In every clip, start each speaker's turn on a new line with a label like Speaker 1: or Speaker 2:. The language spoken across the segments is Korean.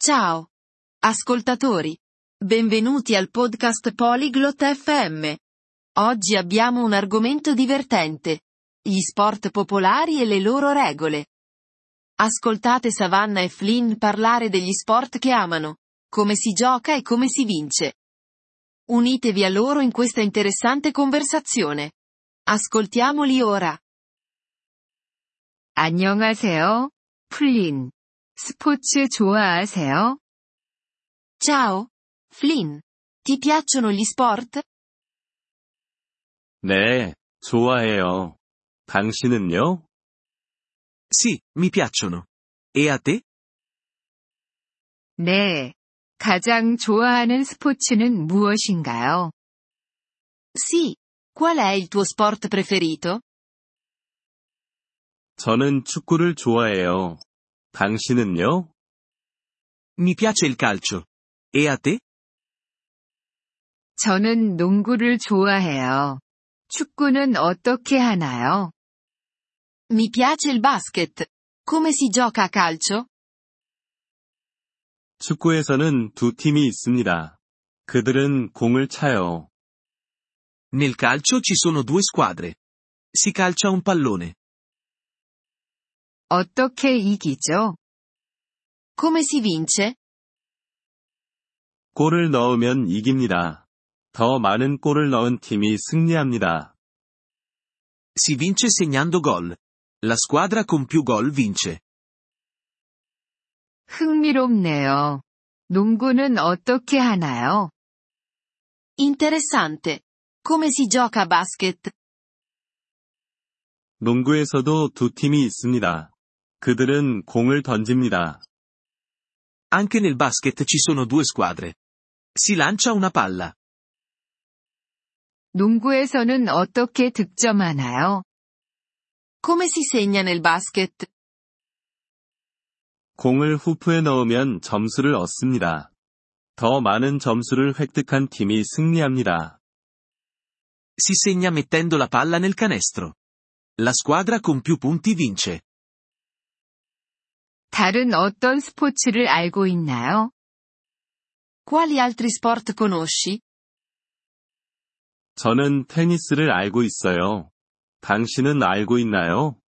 Speaker 1: Ciao! Ascoltatori! Benvenuti al podcast Polyglot FM. Oggi abbiamo un argomento divertente. Gli sport popolari e le loro regole. Ascoltate Savannah e Flynn parlare degli sport che amano, come si gioca e come si vince. Unitevi a loro in questa interessante conversazione. Ascoltiamoli ora.
Speaker 2: 안녕하세요, 플린. 스포츠 좋아하세요?
Speaker 1: Ciao! Flynn! Ti piacciono gli sport?
Speaker 3: 네, 좋아해요. 당신은요?
Speaker 4: Sì, mi piacciono. E a te?
Speaker 2: 네. 가장 좋아하는 스포츠는 무엇인가요?
Speaker 1: Sì. Qual è il tuo sport preferito?
Speaker 3: 저는 축구를 좋아해요. 당신은요?
Speaker 4: Mi piace il calcio. E a te?
Speaker 2: 저는 농구를 좋아해요. 축구는 어떻게 하나요?
Speaker 1: Mi piace il basket. Come si gioca a calcio?
Speaker 3: 축구에서는 두 팀이 있습니다. 그들은 공을 차요.
Speaker 4: Nel calcio ci sono due squadre. Si calcia un pallone.
Speaker 2: 어떻게 이기죠?
Speaker 1: Come si vince?
Speaker 3: 골을 넣으면 이깁니다. 더 많은 골을 넣은 팀이 승리합니다.
Speaker 4: Si vince segnando gol. La squadra con più gol vince.
Speaker 2: 흥미롭네요. 농구는 어떻게 하나요?
Speaker 1: Interessante. Come si gioca a basket?
Speaker 3: 농구에서도 두 팀이 있습니다. 그들은 공을 던집니다.
Speaker 4: Anche nel basket ci sono due squadre. Si lancia una palla.
Speaker 2: 농구에서는 어떻게 득점하나요?
Speaker 1: Come si segna nel basket?
Speaker 3: 공을 후프에 넣으면 점수를 얻습니다. 더 많은 점수를 획득한 팀이 승리합니다.
Speaker 4: Si segna mettendo la palla nel canestro. La squadra con più punti vince.
Speaker 2: 다른 어떤 스포츠를 알고 있나요?
Speaker 1: Quali altri sport conosci?
Speaker 3: 저는 테니스를 알고 있어요. 당신은 알고 있나요?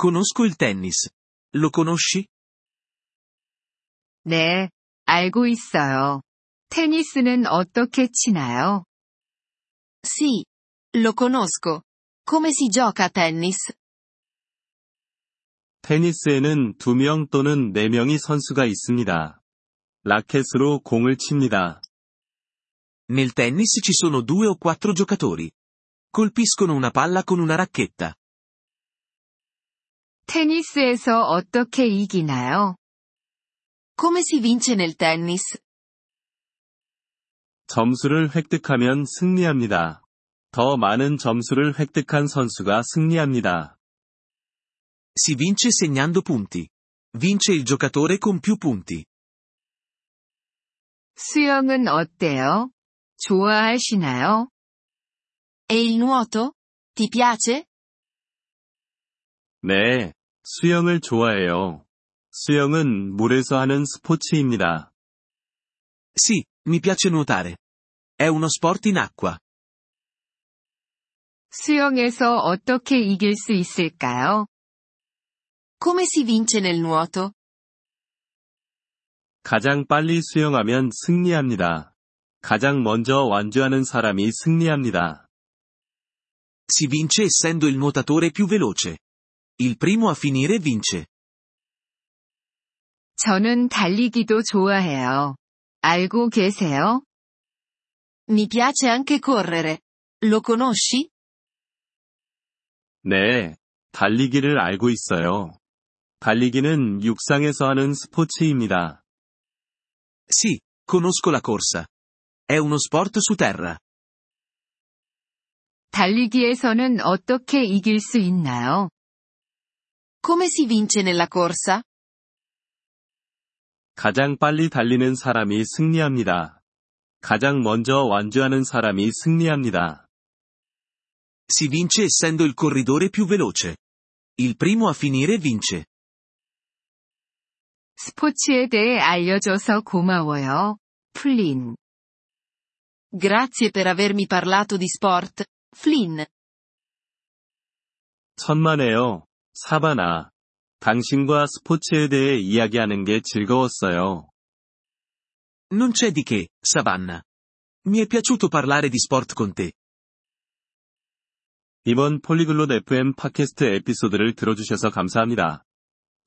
Speaker 4: Conosco il tennis. Lo conosci?
Speaker 2: 네. 알고 있어요. 테니스는 어떻게 치나요?
Speaker 1: Sì. Lo conosco. Come si gioca a tennis?
Speaker 3: 테니스에는 2명 또는 4명이 선수가 있습니다. 라켓으로 공을 칩니다.
Speaker 4: Nel tennis ci sono due o quattro giocatori. Colpiscono una palla con una racchetta.
Speaker 2: 테니스에서 어떻게 이기나요?
Speaker 1: Come si vince nel tennis?
Speaker 3: 점수를 획득하면 승리합니다. 더 많은 점수를 획득한 선수가 승리합니다.
Speaker 4: Si vince segnando punti. Vince il giocatore con più punti.
Speaker 2: 수영은 어때요? 좋아하시나요?
Speaker 1: E il nuoto? Ti piace?
Speaker 3: 네, 수영을 좋아해요. 수영은 물에서 하는 스포츠입니다.
Speaker 4: Sì, mi piace nuotare. È uno sport in acqua.
Speaker 2: 수영에서 어떻게 이길 수 있을까요?
Speaker 1: Come si vince nel nuoto?
Speaker 3: 가장 빨리 수영하면 승리합니다. 가장 먼저 완주하는 사람이 승리합니다.
Speaker 4: Si vince essendo il nuotatore più veloce. Il primo a finire vince.
Speaker 2: 저는 달리기도 좋아해요. 알고 계세요?
Speaker 1: Mi piace anche correre. Lo conosci?
Speaker 3: 네, 달리기를 알고 있어요. 달리기는 육상에서 하는 스포츠입니다.
Speaker 4: Sì, conosco la corsa. È uno sport su terra.
Speaker 2: 달리기에서는 어떻게 이길 수 있나요?
Speaker 1: Come si vince nella corsa?
Speaker 3: 가장 빨리 달리는 사람이 승리합니다. 가장 먼저 완주하는 사람이 승리합니다.
Speaker 4: Si vince essendo il corridore più veloce. Il primo a finire vince.
Speaker 2: 스포츠에 대해 알려줘서 고마워요. 플린.
Speaker 1: Grazie per avermi parlato di sport, Flynn.
Speaker 3: 천만에요. 사바나. 당신과 스포츠에 대해 이야기하는 게 즐거웠어요.
Speaker 4: Non c'è di che, Savanna. Mi è piaciuto parlare di sport con te.
Speaker 3: 이번 폴리글롯 FM 팟캐스트 에피소드를 들어주셔서 감사합니다.